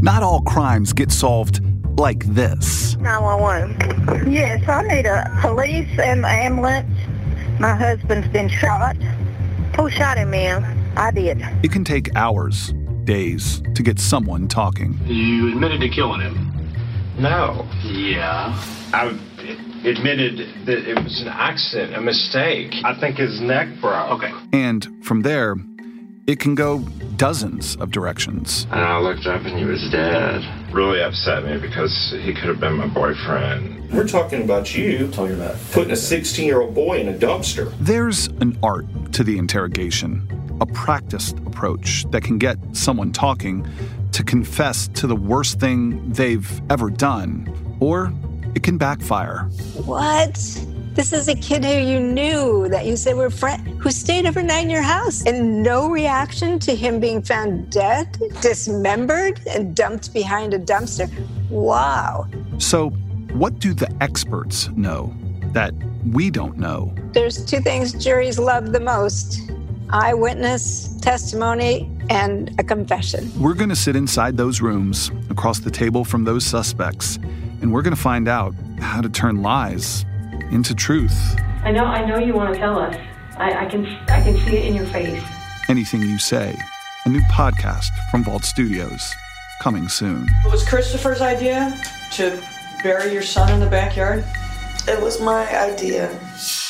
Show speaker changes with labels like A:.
A: Not all crimes get solved like this.
B: 911. Yes, I need a police and ambulance. My husband's been shot. Who shot him, ma'am? I did.
A: It can take hours, days to get someone talking.
C: You admitted to killing him.
D: No,
C: Yeah.
D: I admitted that it was an accident, a mistake. I think his neck broke.
C: Okay.
A: And from there, it can go dozens of directions.
D: And I looked up and he was dead. Really upset me because he could have been my boyfriend.
E: We're talking about you talking about putting a 16 year old boy in a dumpster.
A: There's an art to the interrogation, a practiced approach that can get someone talking to confess to the worst thing they've ever done, or it can backfire.
F: What? This is a kid who you knew that you said were friend who stayed overnight in your house and no reaction to him being found dead, dismembered, and dumped behind a dumpster. Wow.
A: So, what do the experts know that we don't know?
F: There's two things juries love the most eyewitness testimony and a confession.
A: We're going to sit inside those rooms across the table from those suspects, and we're going to find out how to turn lies into truth.
G: I know, I know you want to tell us. I, I can, I can see it in your face.
A: Anything You Say, a new podcast from Vault Studios, coming soon.
H: It was Christopher's idea to bury your son in the backyard.
I: It was my idea.